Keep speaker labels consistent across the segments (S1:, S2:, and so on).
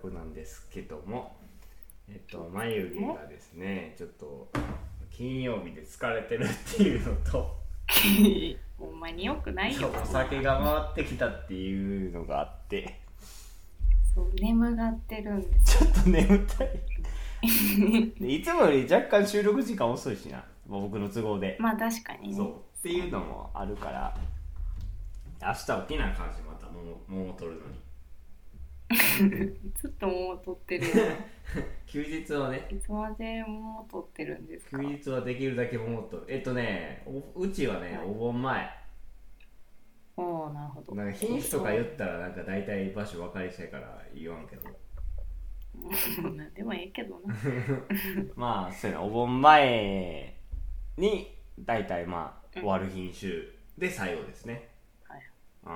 S1: こなんですけどもえっと眉毛がですねちょっと金曜日で疲れてるっていうのと
S2: ほんまによくないよ
S1: お酒が回ってきたっていうのがあって
S2: そう眠がってるんです
S1: ちょっと眠たいでいつもより若干収録時間遅いしな僕の都合で
S2: まあ確かにね
S1: そうっていうのもあるから明日起きなあかんしまた桃桃取るのに
S2: ずっと桃取ってるや
S1: 休日はね
S2: んいつまで桃取ってるんですか
S1: 休日はできるだけ桃取るえっとねおうちはねお盆前
S2: おおなるほど
S1: なんか品種とか言ったらなんか大体場所分かりしたいから言わんけど
S2: もう何でもええ けどな
S1: まあそうやなお盆前に大体まあ
S2: うん
S1: 終わる品種で最後ですね、
S2: はい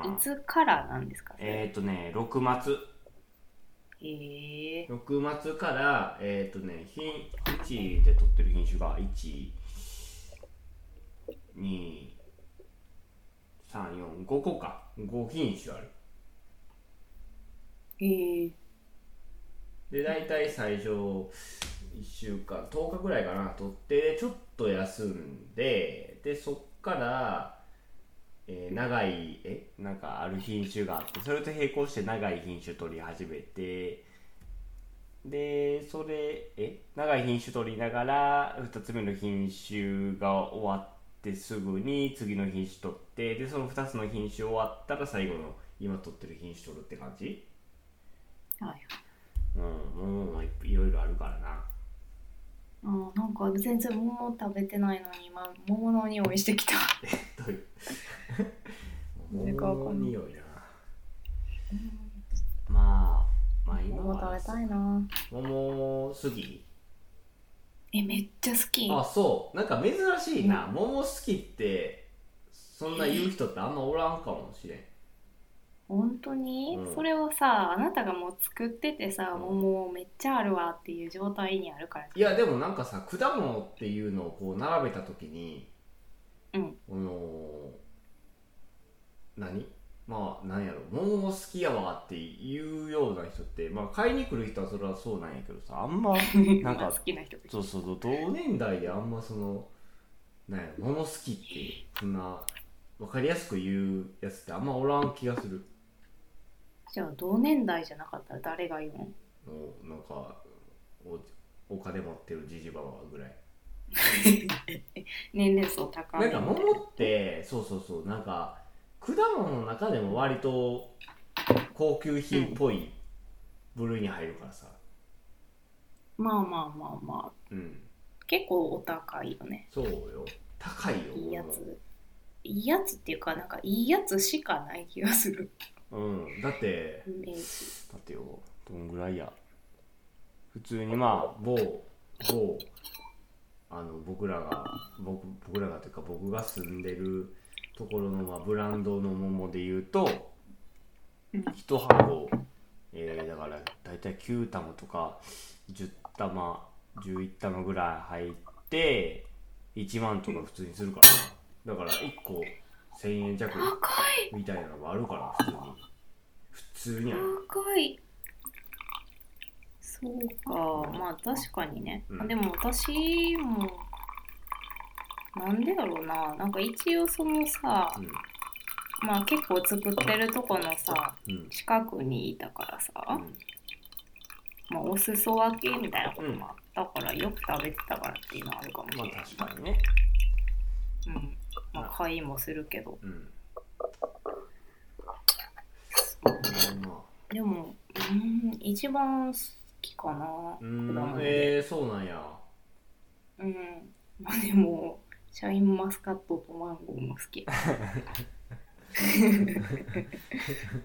S1: うん
S2: いつからなんですか
S1: えーっとね6末
S2: ええ
S1: 6末からえーっとね品うちで取ってる品種が12345個か5品種ある
S2: ええ
S1: で大体最初1週間10日ぐらいかな取ってでちょっと休んででそっから、えー長いえなんかある品種があってそれと並行して長い品種取り始めてでそれえ長い品種取りながら2つ目の品種が終わってすぐに次の品種取ってでその2つの品種終わったら最後の今取ってる品種取るって感じ
S2: はい
S1: うん、もうもういろいろあるからな。
S2: あーなんか全然桃食べてないのに今桃の匂いしてきた
S1: どういう。
S2: なんかわかんない
S1: 匂いな。まあ、 まあ今
S2: 桃食
S1: は
S2: べたいな
S1: 桃好き
S2: えめっちゃ好き
S1: あ、そう。なんか珍しいな。桃好きって、そんな言う人ってあんまおらんかもしれん。
S2: 本当に、
S1: うん
S2: それをさあなたがもう作っててさ、
S1: うん
S2: 桃めっちゃあるわっていう状態にあるから
S1: いや、でもなんかさ、果物っていうのをこう並べたときに、
S2: うん
S1: あのー何まあ、なんやろ、桃も好きやわっていうような人って、まあ、買いに来る人はそれはそうなんやけどさ、あん ま、なんか
S2: まあ好きな人が
S1: そうそうそう同年代であんまそのなんやろ物好きってそんな分かりやすく言うやつってあんまおらん気がする
S2: じゃあ同年代じゃなかったら誰が言うん
S1: のなんかおお金持ってるじじばばぐらい
S2: 年齢層高
S1: ないんか桃ってそうそうそうなんか果物の中でも割と高級品っぽい部類に入るからさ
S2: まあまあまあまあ
S1: うん
S2: 結構お高いよね
S1: そうよ高いよ
S2: いいや
S1: 桃
S2: ついいやつっていうかなんかいいやつしかない気がする
S1: うんだって
S2: イメージ
S1: 待てよどんぐらいや普通にまあ某某あの僕らが僕僕らがというか僕が住んでるところの、まあ、ブランドの桃で言うと
S2: うん
S1: 1箱、えーだから大体9玉とか10玉11玉ぐらい入って1万とか普通にするからなだから1個1000円弱
S2: 高い
S1: みたいなのがあるから普通に普通にある
S2: 高いそうかまあ確かにね、
S1: うん
S2: でも私もなんでだろうななんか一応そのさ
S1: うん
S2: まあ結構作ってるとこのさ
S1: うん
S2: 近くにいたからさ、まあ、お裾分けみたいなこともあったから、よく食べてたからっていうのはあるかもしれ
S1: ま
S2: な
S1: あ
S2: い、
S1: 確かにね、
S2: うんまあ、買いもするけど
S1: うん、まあ
S2: でもうん一番好きかな
S1: う
S2: 果
S1: ん
S2: 物で
S1: えー、そうなんや
S2: うんまあでもシャインマスカットとマンゴーも好 き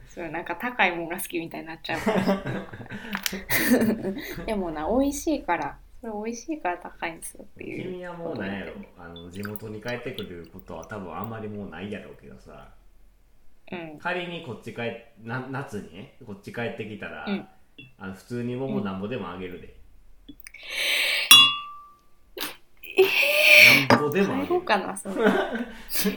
S2: それなんか高いもんが好きみたいになっちゃうから でもな美味しいからそれ美味しいから高いんですよっていう
S1: 君はもうなんやろあの地元に帰ってくることは多分あんまりもうないやろうけどさ
S2: うん
S1: 仮にこっち帰な夏にねこっち帰ってきたら、
S2: うん
S1: あの普通に桃なんぼでもあげるで、なんぼでもあ
S2: 買
S1: げ
S2: お
S1: る
S2: うか なそれ
S1: だっ
S2: 食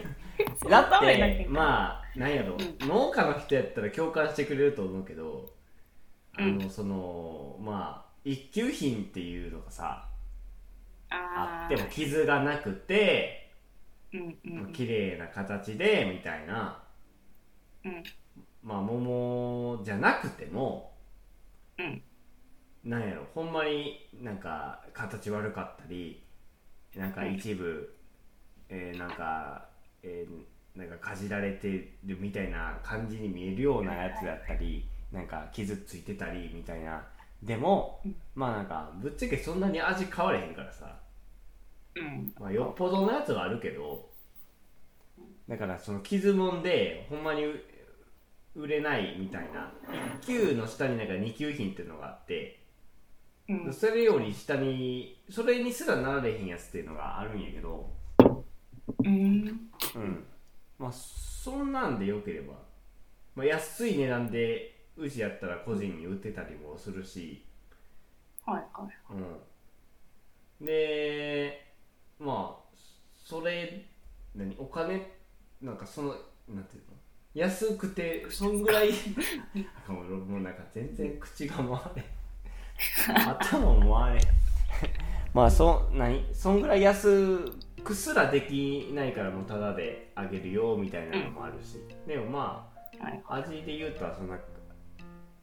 S2: べなきゃい
S1: て
S2: けない
S1: まあなんやろ、
S2: う
S1: 農家の人やったら共感してくれると思うけどあの、そのまあ一級品っていうのがさあ
S2: あ
S1: って
S2: ー
S1: も傷がなくて
S2: うんうん
S1: 綺麗な形でみたいな
S2: うん
S1: まあ桃じゃなくても
S2: うん
S1: なんやろほんまになんか形悪かったりなんか一部、えーなんか、えーなんかかじられてるみたいな感じに見えるようなやつだったりなんか傷ついてたりみたいなでも
S2: うん
S1: まあなんかぶっちゃけそんなに味変われへんからさ、
S2: うん
S1: まあ、よっぽどのやつはあるけどだからその傷もんでほんまにう売れないみたいな1級の下になんか2級品っていうのがあって
S2: うん
S1: それより下にそれにすらなられへんやつっていうのがあるんやけど
S2: うん
S1: うんまあそんなんでよければ、まあ、安い値段でうちやったら個人に売ってたりもするし
S2: はいはい
S1: うん、でまあそれ何お金なんかそのなんていうの安くてそんぐらい あもうもうなんか全然口が回 れん頭も回れんまあそ何そんぐらい安くすらできないからもうタダであげるよみたいなのもあるし、でもま
S2: はい
S1: あ味で言うとはそんな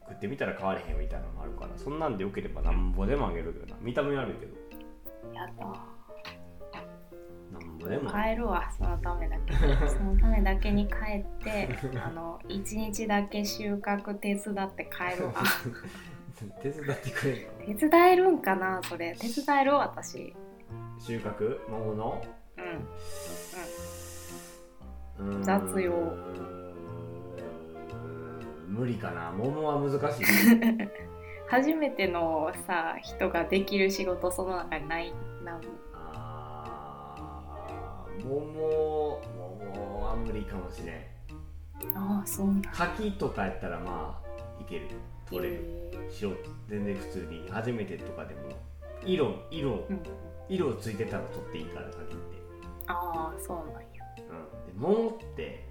S1: 食ってみたら変われへんみたいなのもあるからそんなんでよければなんぼでもあげるけどな見た目悪いけど
S2: やった
S1: なんぼでも
S2: 帰るわそのためだ けそのためだけに帰って あの一日だけ収穫手伝って帰るわ
S1: 手伝ってくれる
S2: 手伝えるんかなそれ手伝える私
S1: の収穫桃の
S2: うん
S1: う ーん
S2: 雑用
S1: うーん無理かな桃は難しい
S2: 初めてのさ人ができる仕事その中にないなん
S1: あー桃桃は無理かもしれん
S2: ああそうなん
S1: 柿とかやったらまあいける取れる白全然普通に初めてとかでも色色
S2: うん、
S1: 色ついてたら取っていいから柿って
S2: ああそうなんや
S1: うん、で桃って、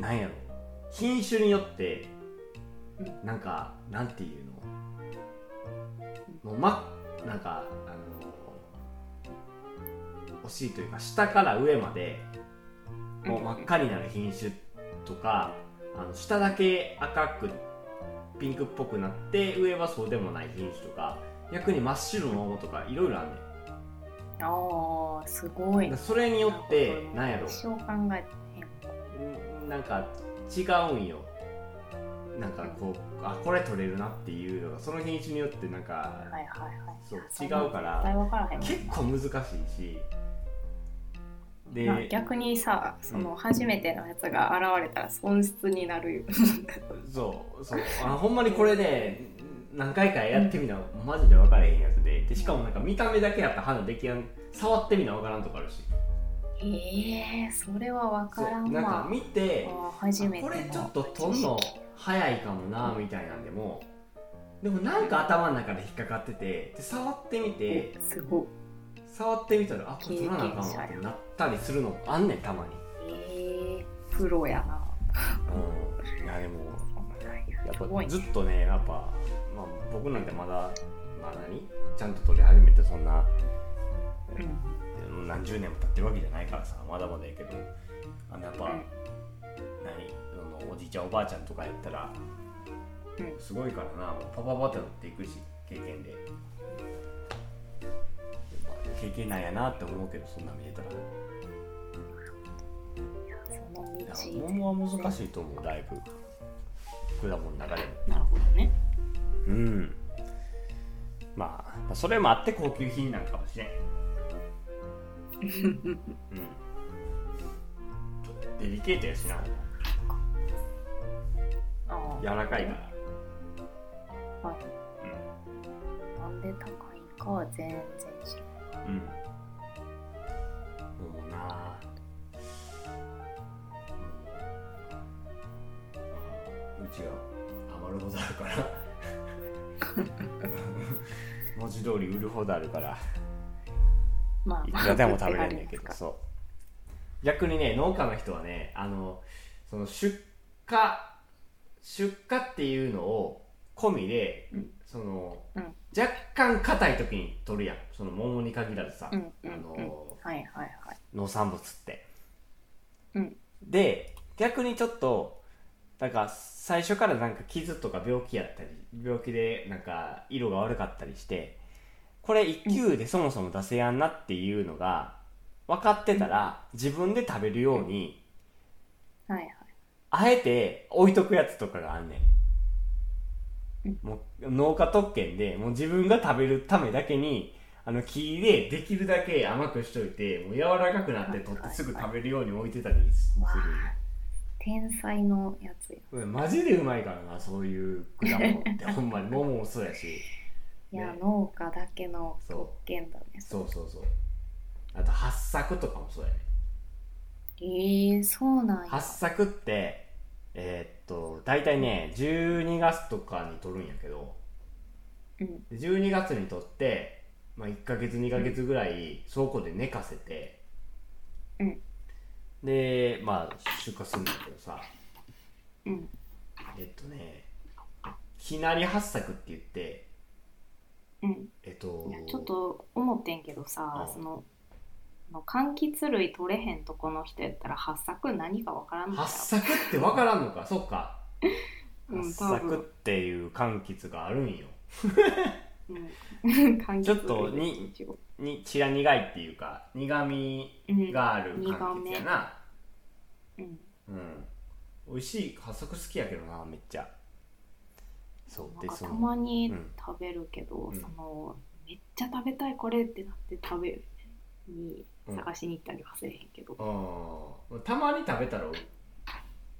S1: なんやろ品種によって、
S2: う
S1: なんかなんていうのもうまなんかあの惜しいというか下から上までもう真っ赤になる品種とか、あの下だけ赤くピンクっぽくなって上はそうでもない品種とか逆に真っ白の桃とかいろいろあんねん
S2: ああすごい
S1: だからそれによってなんやろ
S2: 一生考えてへん
S1: うんなんか違うんよなんかこうあこれ取れるなっていうのがその品種によってなんか
S2: はいはいはい
S1: そう
S2: そん
S1: 違
S2: な
S1: うか
S2: 絶対
S1: ら
S2: 分からへん
S1: 結構難しいしで
S2: まあ逆にさその初めてのやつが現れたら損失になるよ
S1: そうそう あほんまにこれね何回かやってみたらマジで分からへんやつででしかもなんか見た目だけやったら花できやん触ってみな分からんとかあるし
S2: ええそれは分
S1: そう
S2: からん
S1: なんか
S2: わ
S1: 見て、
S2: あー初めて
S1: こ
S2: の
S1: れちょっととんの早いかもなみたいなんでもでもなんか頭の中で引っかかっててで触ってみて
S2: すごい
S1: 触ってみたらあこれ取らなあかんわってなったりするのあんねんたまに
S2: ええプロやな
S1: うんいやでもや
S2: すご
S1: っ
S2: い
S1: ぱ
S2: ね
S1: ずっとねやっぱ、まあ、僕なんてまだまあ何ちゃんと取り始めてそんな
S2: うん
S1: 何十年も経ってるわけじゃないからさまだまだやけどあのやっぱ、
S2: うん
S1: 何そのおじいちゃんおばあちゃんとかやったら、
S2: うん
S1: すごいからなもうパパパってなっていくし経験でやっぱ経験なんやなって思うけどそんなん見てたら
S2: その
S1: だから
S2: 道
S1: 桃は難しいと思うだいぶ果物の中でも
S2: なるほどね
S1: うんまあまあそれもあって高級品なんかもしれんうんちょっとデリケートやしな
S2: あー
S1: 柔らかいから
S2: はい
S1: うん
S2: なんで高いんかは全然知ら
S1: うん。もうなうんうちが余るほどあるから文字通り売るほどあるから
S2: まあ
S1: いくらでも食べれるんだ
S2: で
S1: け
S2: す
S1: ど
S2: か
S1: そう逆にね農家の人はねあのその出荷出荷っていうのを込みで、
S2: うん
S1: その、
S2: うん
S1: 若干硬い時に取るやんその桃に限らずさ、
S2: うんうん
S1: あの
S2: はいはいはい。
S1: 農産物って、
S2: うん
S1: で逆にちょっとなんか最初からなんか傷とか病気やったり病気でなんか色が悪かったりしてこれ1級でそもそも出せやんなっていうのが分かってたら自分で食べるように
S2: はいはい。
S1: あえて置いとくやつとかがあんね。
S2: うん
S1: もう農家特権でもう自分が食べるためだけにあの木でできるだけ甘くしといてもう柔らかくなって取ってすぐ食べるように置いてたりす
S2: わあ、天才のやつや。
S1: る。マジでうまいからなそういう果物 ってほんまに桃もそうやし
S2: いや、
S1: ね
S2: 農家だけの
S1: そう
S2: 特権だね。
S1: そうそうそうあと八作とかもそうやね
S2: えー、そうなんや。
S1: 八作ってえーっと大体ね12月とかに取るんやけど
S2: うん。
S1: で12月にとって、まあ、1ヶ月2ヶ月ぐらい倉庫で寝かせて、
S2: うん
S1: でまあ出荷するんだけどさ
S2: うん。
S1: えっとねきなり八作って言って
S2: うん。
S1: えっと
S2: いやちょっと思ってんけどさ
S1: う、ん
S2: その、あの柑橘類取れへんとこの人やったら八作何かわからんのか
S1: 八
S2: よ。
S1: 作って分からんのかそっか
S2: うん
S1: 八
S2: 多
S1: 作っ
S2: 分
S1: ていう柑橘があるんよ
S2: うん。 柑橘類
S1: ちょっとに
S2: 一応
S1: に血が苦いっていうか苦味
S2: うん。
S1: がある柑橘やな
S2: うん。
S1: うん美味しい八作好きやけどなめっちゃそう
S2: なん
S1: で
S2: か
S1: そ
S2: た
S1: の
S2: まに
S1: うん
S2: 食べるけど、
S1: うん
S2: そのめっちゃ食べたいこれってなって食べに
S1: うん
S2: 探しに行ったりはせえへんけど、
S1: うんたまに食べたら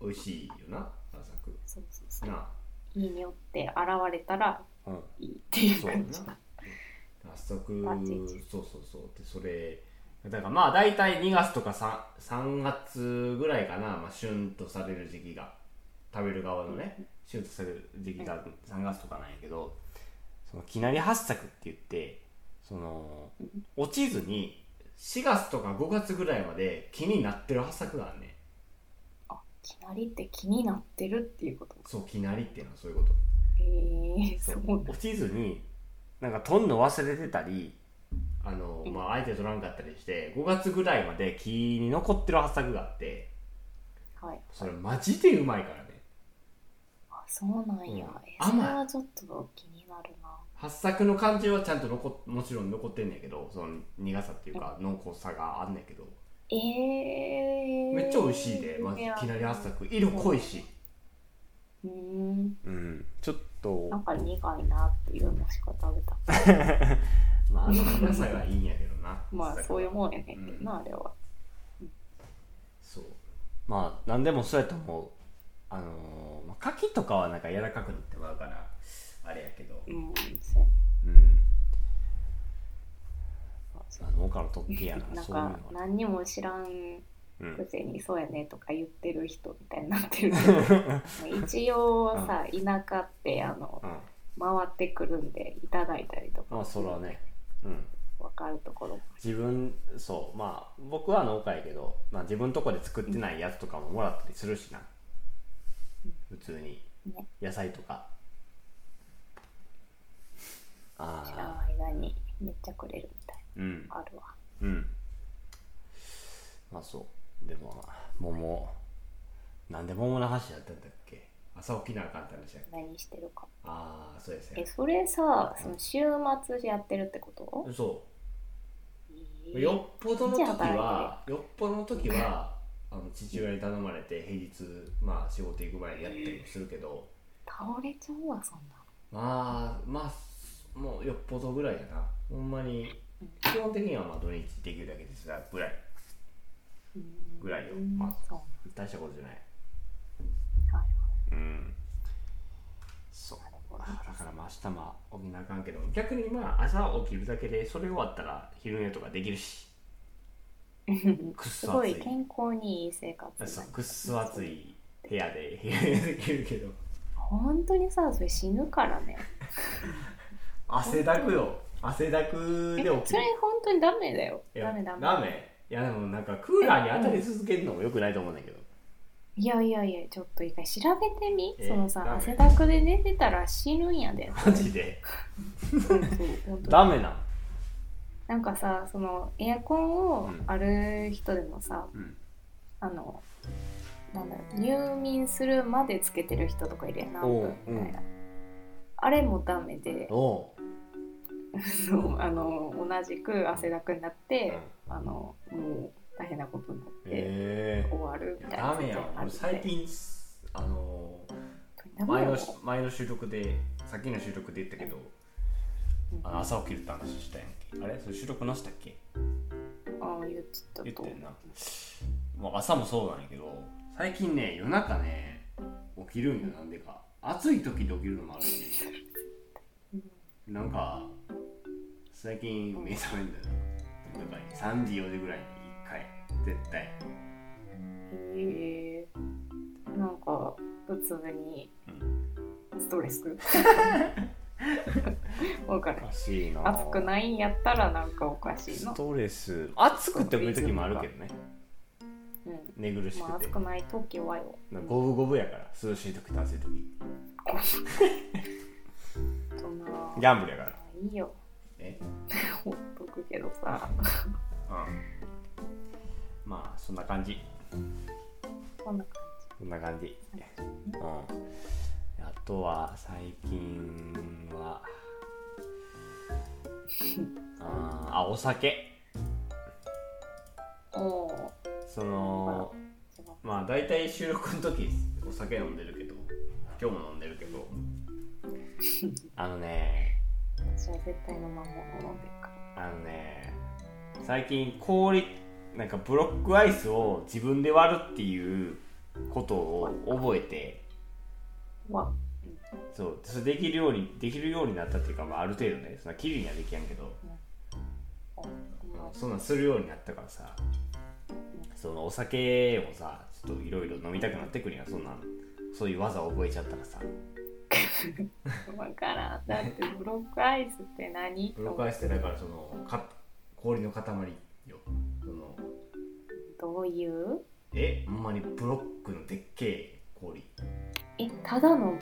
S1: お美味しいよな原作
S2: そうそうそう
S1: な
S2: 家によって現れたら
S1: あ、うん、
S2: いいっていう
S1: そうやな
S2: 感 じだ
S1: 原作
S2: バチバチ
S1: そうそうそうでそれだからまあ大体2月とか 3, 3月ぐらいかな、まあ、旬とされる時期が食べる側のね旬とされる時期が3月とかなんやけどそのきなり八作って言ってその
S2: うん
S1: 落ちずに4月とか5月ぐらいまで気になってる八作があんねん
S2: あきなりって気になってるっていうこと
S1: そうきなりっていうのはそういうこと
S2: へえー、そうなんだ
S1: 落ちずになんかとんの忘れてたりあの、
S2: うん
S1: まあ、相手取らんかったりして5月ぐらいまで木に残ってる発作があって
S2: はい
S1: それマジでうまいからね
S2: あそうなんや、
S1: うん
S2: え
S1: 甘い
S2: それはちょっと気になるな
S1: 発作の感じはちゃんと残っもちろん残ってんねんけどその苦さっていうか濃厚さがあんねんけど
S2: えー、
S1: めっちゃ美味しいで、まずい
S2: や
S1: きなり発作色濃いし、
S2: うーん
S1: うん、ちょっと
S2: なんか苦いなっていうのしか食べた
S1: まああの苦さがいいんやけどな
S2: まあそういう
S1: ん
S2: もんやねんけどな、あれは
S1: そうまあ何でもそうやと思うあのーまあ、牡蠣とかはなんか柔らかくなってまうからあれやけど
S2: うんそうや
S1: うん
S2: なそう
S1: あ農家の特権やな
S2: なん
S1: そういうの
S2: か何にも知らん
S1: うん
S2: くせに「そうやね」とか言ってる人みたいになってる けど一応さ田舎ってあの
S1: うん
S2: 回ってくるんでいただいたりとか
S1: まあそれはねうん
S2: 分かるところ
S1: 自分そうまあ僕は農家やけど、まあ、自分とこで作ってないやつとかももらったりするしな、普通に
S2: ね
S1: 野菜とか
S2: 知らん
S1: ああ
S2: 間にめっちゃくれるみたい
S1: うん
S2: なのあるわ
S1: うんまあそうでも桃なんで桃の話やったんだっけ朝起きなあかんって話や
S2: 何してるか
S1: ああそうです
S2: え
S1: ね
S2: それさその週末やってるってこと
S1: そう
S2: えー
S1: よっぽどの時
S2: じゃあバ
S1: はよっぽどの時はあの父親に頼まれて平日、まあ、仕事行く前にやったりもするけど
S2: 倒れちゃうわそんな
S1: まあまあすもうよっぽどぐらいやなほんまに基本的にはまあ土日できるだけですがぐらい
S2: うん
S1: ぐらいよ
S2: うん
S1: まあ
S2: そう
S1: 大したことじゃない
S2: はいはい
S1: うんそう
S2: なるほど
S1: だからまあ明日まあ起きなあかんけど逆にまあ朝起きるだけでそれ終わったら昼寝とかできるしくっ
S2: す
S1: そ
S2: ご
S1: 暑
S2: い
S1: い
S2: 健康にいい生活
S1: そうくっそ暑い部屋で昼寝できるけど
S2: 本当にさそれ死ぬからね
S1: 汗だくよ汗だく
S2: え
S1: で
S2: それ
S1: 起きる
S2: 本当にダメだよ
S1: いや
S2: ダメダメ
S1: いやでもなんかクーラーに当たり続けるのもよくないと思うんだけど
S2: いやいやいやちょっと一回調べてみ、
S1: えー
S2: そのさ
S1: ダメ
S2: 汗だくで寝てたら死ぬんや で
S1: マジで
S2: そうそう本当
S3: ダメなん
S2: なんかさそのエアコンを
S3: うん
S2: ある人でもさ、
S3: うん
S2: あのなんだろう入眠するまでつけてる人とかいるやん何
S3: お
S2: 分
S3: う
S2: みたいな、あれもダメで
S3: おう
S2: そうあの同じく汗だくになって
S3: へ、
S2: あのもう大変なことになって
S3: え
S2: 終わる
S1: いや
S2: みたいな
S1: ダメや
S2: ことがあ
S1: ん俺
S2: るんで
S1: 最近あの
S2: ダメ
S1: 前
S2: よ
S1: のし前の収録でさっきの収録で言ったけど
S2: うん
S1: あの朝起きるって話したやんけあれそれ収録なしたっけ
S2: ああ言ってた
S1: 言っ
S2: と
S1: てんなもう朝もそうなんやけど最近ね夜中ね起きるんよなんでか暑い時で起きるのもあるしなんか最近目覚めんだよなんか3時4時ぐらいに1回絶対
S2: へえなんか普通にストレスわかる
S3: おかしいな
S2: 暑くないんやったらなんかおかしい
S3: ス
S2: の、
S3: トレス暑くてもいい時もあるけどね
S2: うん
S1: 寝苦し
S2: まあ、
S1: くて
S2: 暑くない時はよ
S1: なんか五分五分やから涼しい時と暑い時
S2: そんな
S3: ギャンブルやから
S2: いいよ
S1: ね
S2: ほっとくけどさ
S1: うんまあそんな感じ
S2: こんな感
S3: こんな感じうんあとは最近 はあーあお酒
S2: じおー
S3: その
S2: 一番
S1: まあ大体収録の時お酒飲んでるけど今日も飲んでるけ ど
S3: あのね
S2: 私は絶対飲まんもの飲んでるか
S3: あのね最近氷なんかブロックアイスを自分で割るっていうことを覚えて
S2: らわ
S3: そうそれできるようにできるようになったっていうか、まあ、ある程度ねそんなきれいにはできやんけど
S2: おま
S3: そんなんするようになったからさそのお酒をさちょっといろいろ飲みたくなってくるやんそんなんそういう技を覚えちゃったらさ
S2: あわからんだってブロックアイスって何
S1: ブロックアイスってだからそのか氷の塊よその
S2: どういう
S1: えほんまにブロックのでっけえ氷
S2: えただの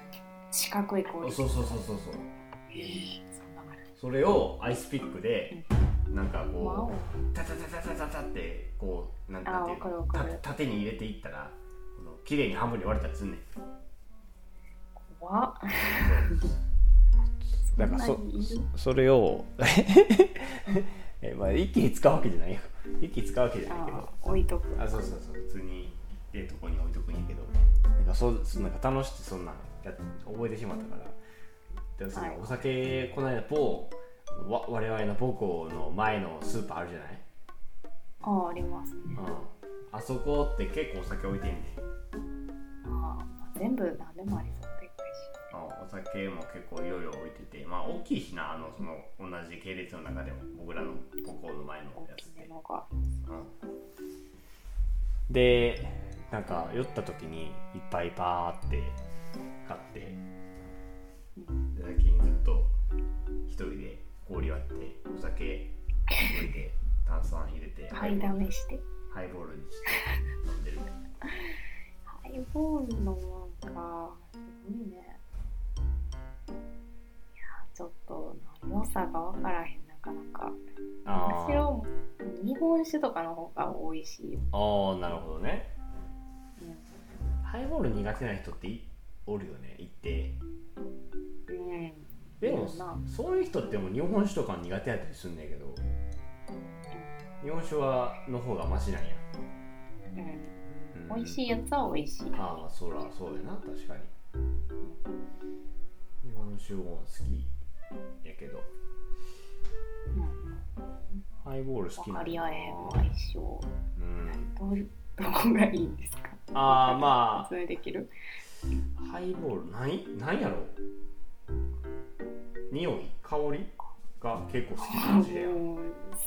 S2: 四角い氷
S1: そうそうそうそうそう
S2: そんなのある
S1: それをアイスピックでなんか
S2: わ
S1: こ
S2: お
S1: うタタタタタタタってこうなんなんていう
S2: あ
S1: の
S2: わかるわかる
S1: た縦に入れていったらこの綺麗に半分に割れたりすんねん
S2: 怖っ
S3: だからそ
S2: んなにいる
S3: それ をえ、まあ、一気に使うわけじゃないよ一気に使うわけじゃないけど
S2: あ置いとく
S1: あそうそうそう普通にええとこに置いとくんやけど
S3: なんかそうそうなんか楽しくてそんなんや覚えてしまったからでそ
S2: はい
S3: のお酒この間某わ我々の母校の前のスーパーあるじゃない、
S2: ああありますね
S3: うん、あそこ
S1: ここって結構お酒置いてんねん
S2: ああまあ全部何でもありそうでっかいし
S1: まあお酒も結構いろいろ置いててまあ大きいしなあのその同じ系列の中でも僕らの母校の前の
S2: 大
S1: やつっ
S2: き
S1: て
S2: いの
S1: う
S2: が
S3: でなんか酔った時にいっぱいパーって買って
S1: んで最近ずっと一人で氷割ってお酒置いて炭酸入れてハ
S2: 買
S1: イ
S2: い
S1: ボ
S2: だ
S1: ール
S2: めして
S1: ハイボールにして飲んでる
S2: ハイボールのなんかすごいねいやちょっと良さが分からへんなかなか
S3: あ
S2: 私
S3: ー
S2: は日本酒とかの方が美味しいよ、
S3: あーなるほどね
S2: うん
S3: ハイボール苦手な人っていおるよね一定
S2: うん
S3: でも
S2: いいよな
S3: そういう人ってもう日本酒とか苦手やったりすんねんけど日本酒はの方がマシなんや、
S2: うん、美味し
S3: い
S2: いやつは美味しい
S3: ああそらそうやな確かに日本酒も好きやけど
S2: うん
S3: ハイボール好き
S2: 分
S3: な
S2: か
S3: ん
S2: り
S3: や
S2: 合えへんわ一生
S3: うん
S2: どういう どこがいいんですか
S3: ああま
S2: それできる
S3: あハイボール何何やろ匂い香りが結構好きかもしれん
S2: もう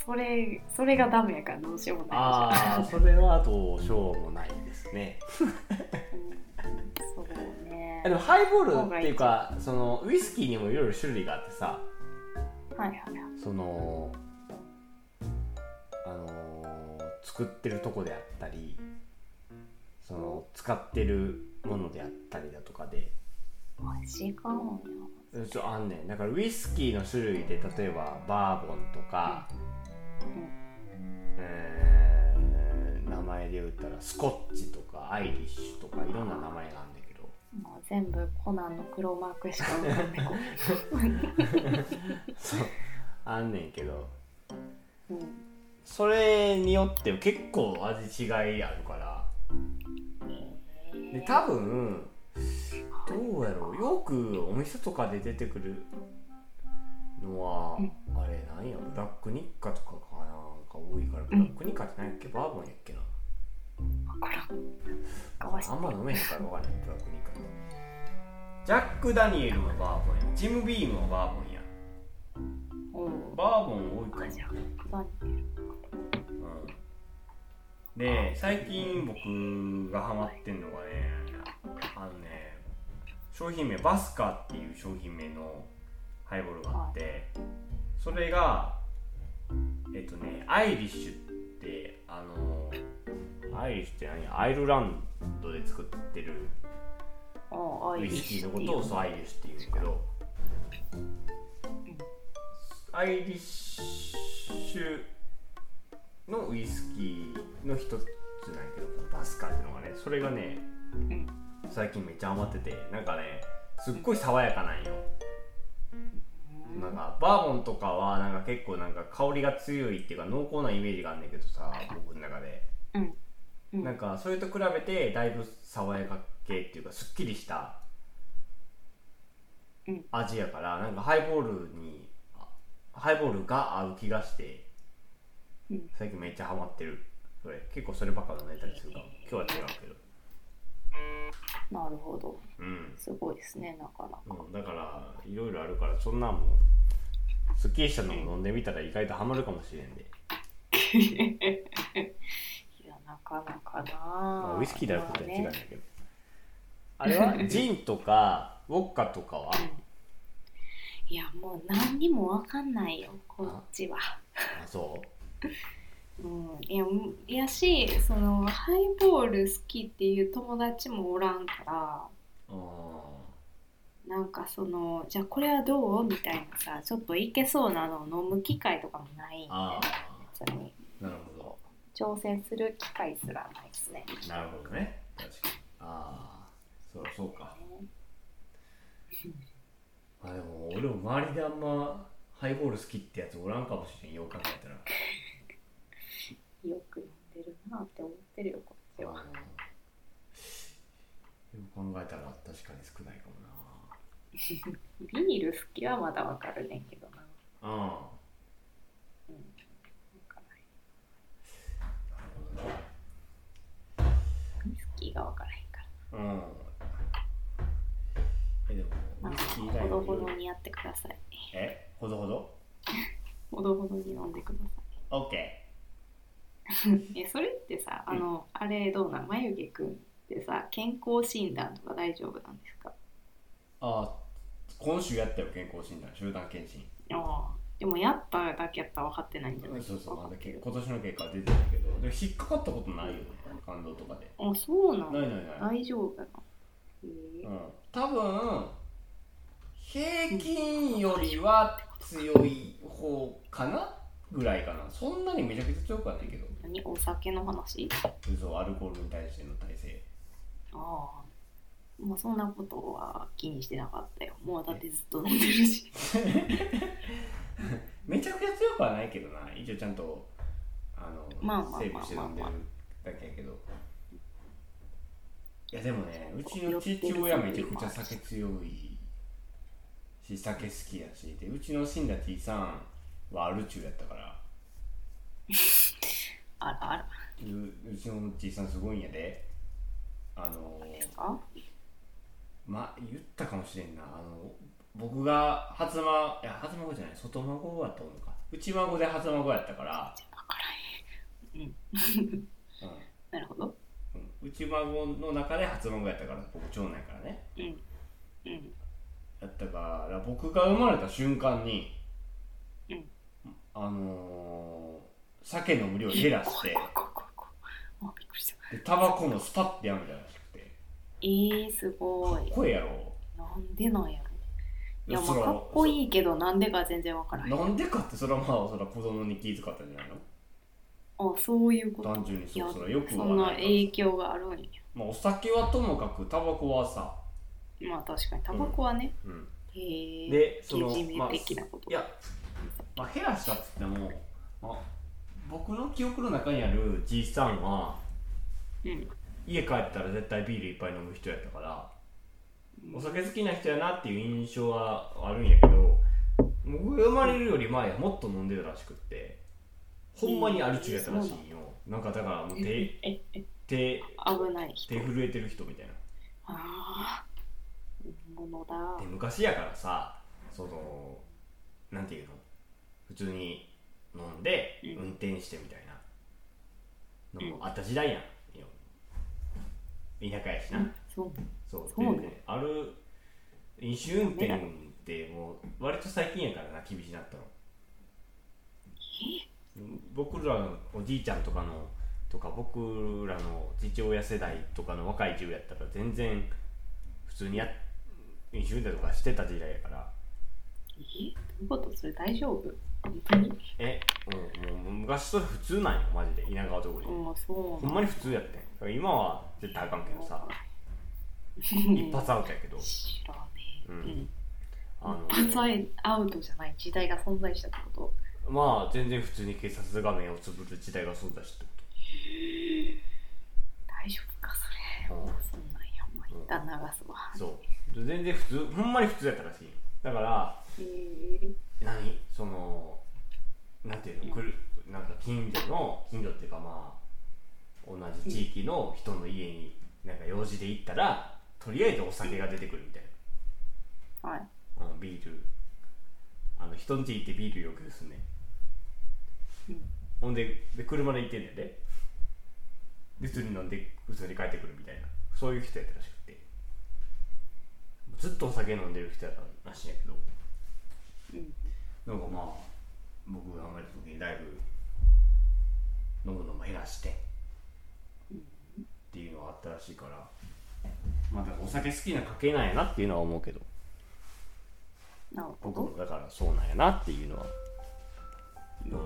S2: それそれがダメやからどうしようもないじゃん
S3: ああそれはどうしょうもないですね
S2: うんそうね
S3: でもハイボールっていうかそのウイスキーにもいろいろ種類があってさ
S2: はいはいはい
S3: そのあのー作ってるとこであったり
S1: その使ってるものであったりだとかで
S2: 味がもよ
S1: そうあんねんだからウイスキーの種類で例えばバーボンとか、えー名前で言ったらスコッチとかアイリッシュとかいろんな名前があるんだけど
S2: もう全部コナンの黒マークしか浮かんでこない、
S1: そうあんねんけど
S2: うん、
S1: それによって結構味違いあるからで多分どうやろうよくお店とかで出てくるのは
S2: うん
S1: あれなんやブラックニッカとかかなんか多いからブラックニッカって何やっけバーボンやっけな
S2: 分からんかわし
S1: あんま飲めへんから分かんないブラックニッカってジャック・ダニエルはバーボンやジム・ビームはバーボンや
S2: うん
S1: バーボン多いか
S2: あ
S1: ら
S2: じゃあ何
S1: うんで最近僕がハマってんのがねあのね商品名バスカっていう商品名のハイボールがあってそれがえっとねアイリッシュってあのアイリッシュって何やアイルランドで作ってる
S2: ああ
S1: ウ
S2: い
S1: イ
S2: い
S1: スキーのことをそうアイリッシュって言うんだけどアイリッシュのウイスキーの一つなんやけどこのバスカーっていうのがねそれがね
S2: ん
S1: 最近めっちゃ余っててなんかねすっごい爽やかなんよなんかバーボンとかはなんか結構なんか香りが強いっていうか濃厚なイメージがあんねんけどさ僕の中で
S2: うんうん
S1: なんかそれと比べてだいぶ爽やか系っていうかすっきりした
S2: うん
S1: 味やからなんかハイボールにあハイボールが合う気がして
S2: うん
S1: 最近めっちゃハマってるそれ結構そればっか飲んでたりするかも今日は違うけど
S2: なるほど
S1: うん
S2: すごいですねなかなか
S1: うん、だからいろいろあるからそんなんもすっきりしたのも飲んでみたら意外とハマるかもしれんで、
S2: いやなかなかな、
S1: まあ、ウイスキーであることは違うんだ
S2: まあね
S1: けど、あれはジンとかウォッカとかは
S2: うんいやもう何にもわかんないよこっちは
S1: あそ
S2: うんいやうんいやしそのハイボール好きっていう友達もおらんから
S1: うあ
S2: なんかそのじゃあこれはどうみたいなさちょっといけそうなのを飲む機会とかもないんで
S1: あ
S2: 別に
S1: ーなるほ
S2: 挑戦する機会すらないですね
S1: どなるほどね確かにああそうそうかあでも俺も周りであんまハイボール好きってやつおらんかもしれんよう考えたら
S2: よく飲んでるなって思ってるよこっちは
S1: よく考えたら確かに少ないかもな
S2: ビール好きはまだわかるねんけどな
S1: あ
S2: なんかないウイスキーがわからへんか
S1: あうんえでも
S2: ら
S1: ウイ
S2: な
S1: スキー以
S2: んか
S1: 外に
S2: ほ
S1: も
S2: どほどにやってください
S1: えほどほど
S2: ほどほどに飲んでください
S1: OK
S2: えそれってさあの、あれどうなん眉毛くんってさ健康診断とか大丈夫なんですか
S1: あ今週やったよ健康診断集団検診
S2: ああでもやっただけやったら分かってないんじゃない
S1: そうそうまだ
S2: 分かって
S1: 結
S2: る
S1: 今年の結果は出てるけどでも引っかかったことないよね感動とかで
S2: あそう
S1: な
S2: な
S1: いな
S2: の
S1: いない、
S2: 大丈夫なのへえ
S1: うん、多分平均よりは強い方かなぐらいかなそんなにめちゃくちゃ強くはないけど
S2: 何お酒の話
S1: そうアルコールに対しての耐性
S2: ああまあそんなことは気にしてなかったよもうだってずっと飲んでるし
S1: めちゃくちゃ強くはないけどな一応ちゃんとあの、
S2: まあまあまあ
S1: セーブして飲んでるだけやけどいやでもねうちの父親めちゃくちゃ酒強いし酒好きやしでうちの死んだ T さんはアル中やったから
S2: あらあら
S1: ううちの T さんすごいんやであの
S2: あ
S1: ま言ったかもしれんなあの僕が初孫いや初孫じゃない外孫やったのか内孫で初孫やったから、
S2: 分からへんうん
S1: うん、
S2: なるほど
S1: うん内孫の中で初孫やったから僕長男やからね
S2: うんうん
S1: やったから僕が生まれた瞬間に、
S2: うん
S1: あのー酒の無量減らして
S2: ここここあびっくりした
S3: でタバコもスパッてやめたらしくて
S2: えー、すごい
S1: 声やろ
S2: なんでなんやろいやま
S3: そ
S2: あ
S3: の
S2: かっこいいけどなんでか全然わからないあ
S3: なんでかってそれはまあそれは子供に気遣ったんじゃないの
S2: そういうこと
S3: 単純に
S2: い
S3: そ
S2: や
S3: うそれはよく
S2: そ
S3: は
S2: んな
S3: ない
S2: 影響があるんや
S3: まあお酒はともかくタバコはさ、
S2: まあ確かにタバコはね、
S3: うん、
S2: へえ
S1: でそ
S2: け
S1: の
S2: じめ
S1: まあ
S2: 的なこと
S3: いや、まあ、減らしたっつっても、まあ、僕の記憶の中にあるじいさんは
S2: うん
S1: 家帰ったら絶対ビールいっぱい飲む人やったからお酒好きな人やなっていう印象はあるんやけど僕が生まれるより前はもっと飲んでたらしくってほんまにアル中やったらしいんよなんかだからもう手
S2: ええ
S1: 手
S2: 危ない人
S1: 手震えてる人みたいな
S2: ああ本物だ
S1: で昔やからさそのなんていうの普通に飲んで
S2: うん
S1: 運転してみたいなのもあった時代やんよ田舎やしな、
S2: そう
S1: そう
S2: そう
S1: でねある飲酒運転ってもう割と最近やからな厳しなったの僕らのおじいちゃんとかのとか僕らの父親世代とかの若い10やったら全然普通にや飲酒運転とかしてた時代やから
S2: えどういうことそれ大丈夫本当に
S1: え、うん、もう昔それ普通なんよマジで田舎は特に、
S2: うんそう
S1: ほんまに普通やってんだから今は絶対あかんけど さ一発アウトやけど
S2: 知らね
S1: う
S2: え、うんん、
S1: あの
S2: 一発アウトじゃない時代が存在したってこと
S1: まあ全然普通に警察画面をつぶる時代が存在してって
S2: 大丈夫かそれ、
S1: うん
S2: そんなんやまあ一旦流すわ、
S1: そうで全然普通ほんまに普通やったらしいよだから
S2: へえ
S1: 何そのなんていうのくるなんか近所の近所っていうかまあ同じ地域の人の家になんか用事で行ったらとりあえずお酒が出てくるみたい
S2: はい
S1: な、うん、ビールあの人ん家行ってビールよくですね
S2: うん
S1: ほんでで車で行ってんだよねで普通に飲んで普通に帰ってくるみたいなそういう人やったらしくてずっとお酒飲んでる人やったらしいんやけど
S2: うん
S1: なんかまあ僕が生まれた時にだいぶ飲むのも減らしてっていうのがあったらしいからまあだからお酒好きな家系なんやなっていうのは思うけど
S2: なるほ
S1: 僕
S2: ど
S1: もだからそうなんやなっていうのは
S2: ちゃん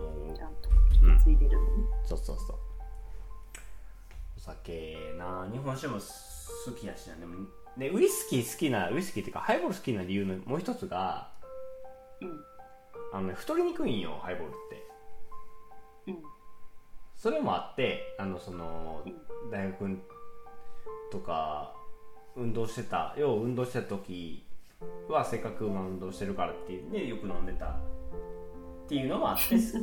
S2: と引き継いでるのね、
S1: そうそうそうお酒な日本酒も好きやしなでもねウイスキー好きなウイスキーっていうかハイボール好きな理由のもう一つが
S2: うん
S1: あのね太りにくいんよハイボールって
S2: うん
S1: それもあってあのその
S2: う
S1: 大学とか運動してたよう運動してた時はせっかくまあ運動してるからっていうねよく飲んでたっていうのもあってそう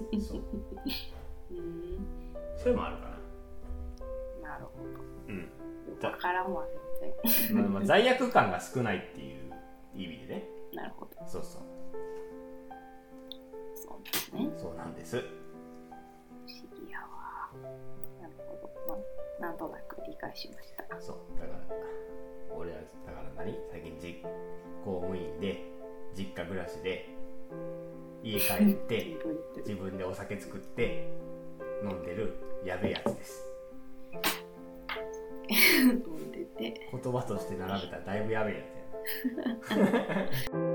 S2: うん
S1: それもあるかな
S2: なるほど
S1: うん
S2: よくわからんわ全然
S1: まあまあ罪悪感が少ないっていう意味でね
S2: なるほど
S1: そうそう
S2: そうですね
S1: そうなんです
S2: 不思議やわなるほどまあなんとなく理解しました
S1: そうだから俺はだから何最近実公務員で実家暮らしで家帰 って
S2: 自分って
S1: 自分でお酒作って飲んでるやべえやつです
S2: 飲んでて
S1: 言葉として並べたらだいぶやべえやつや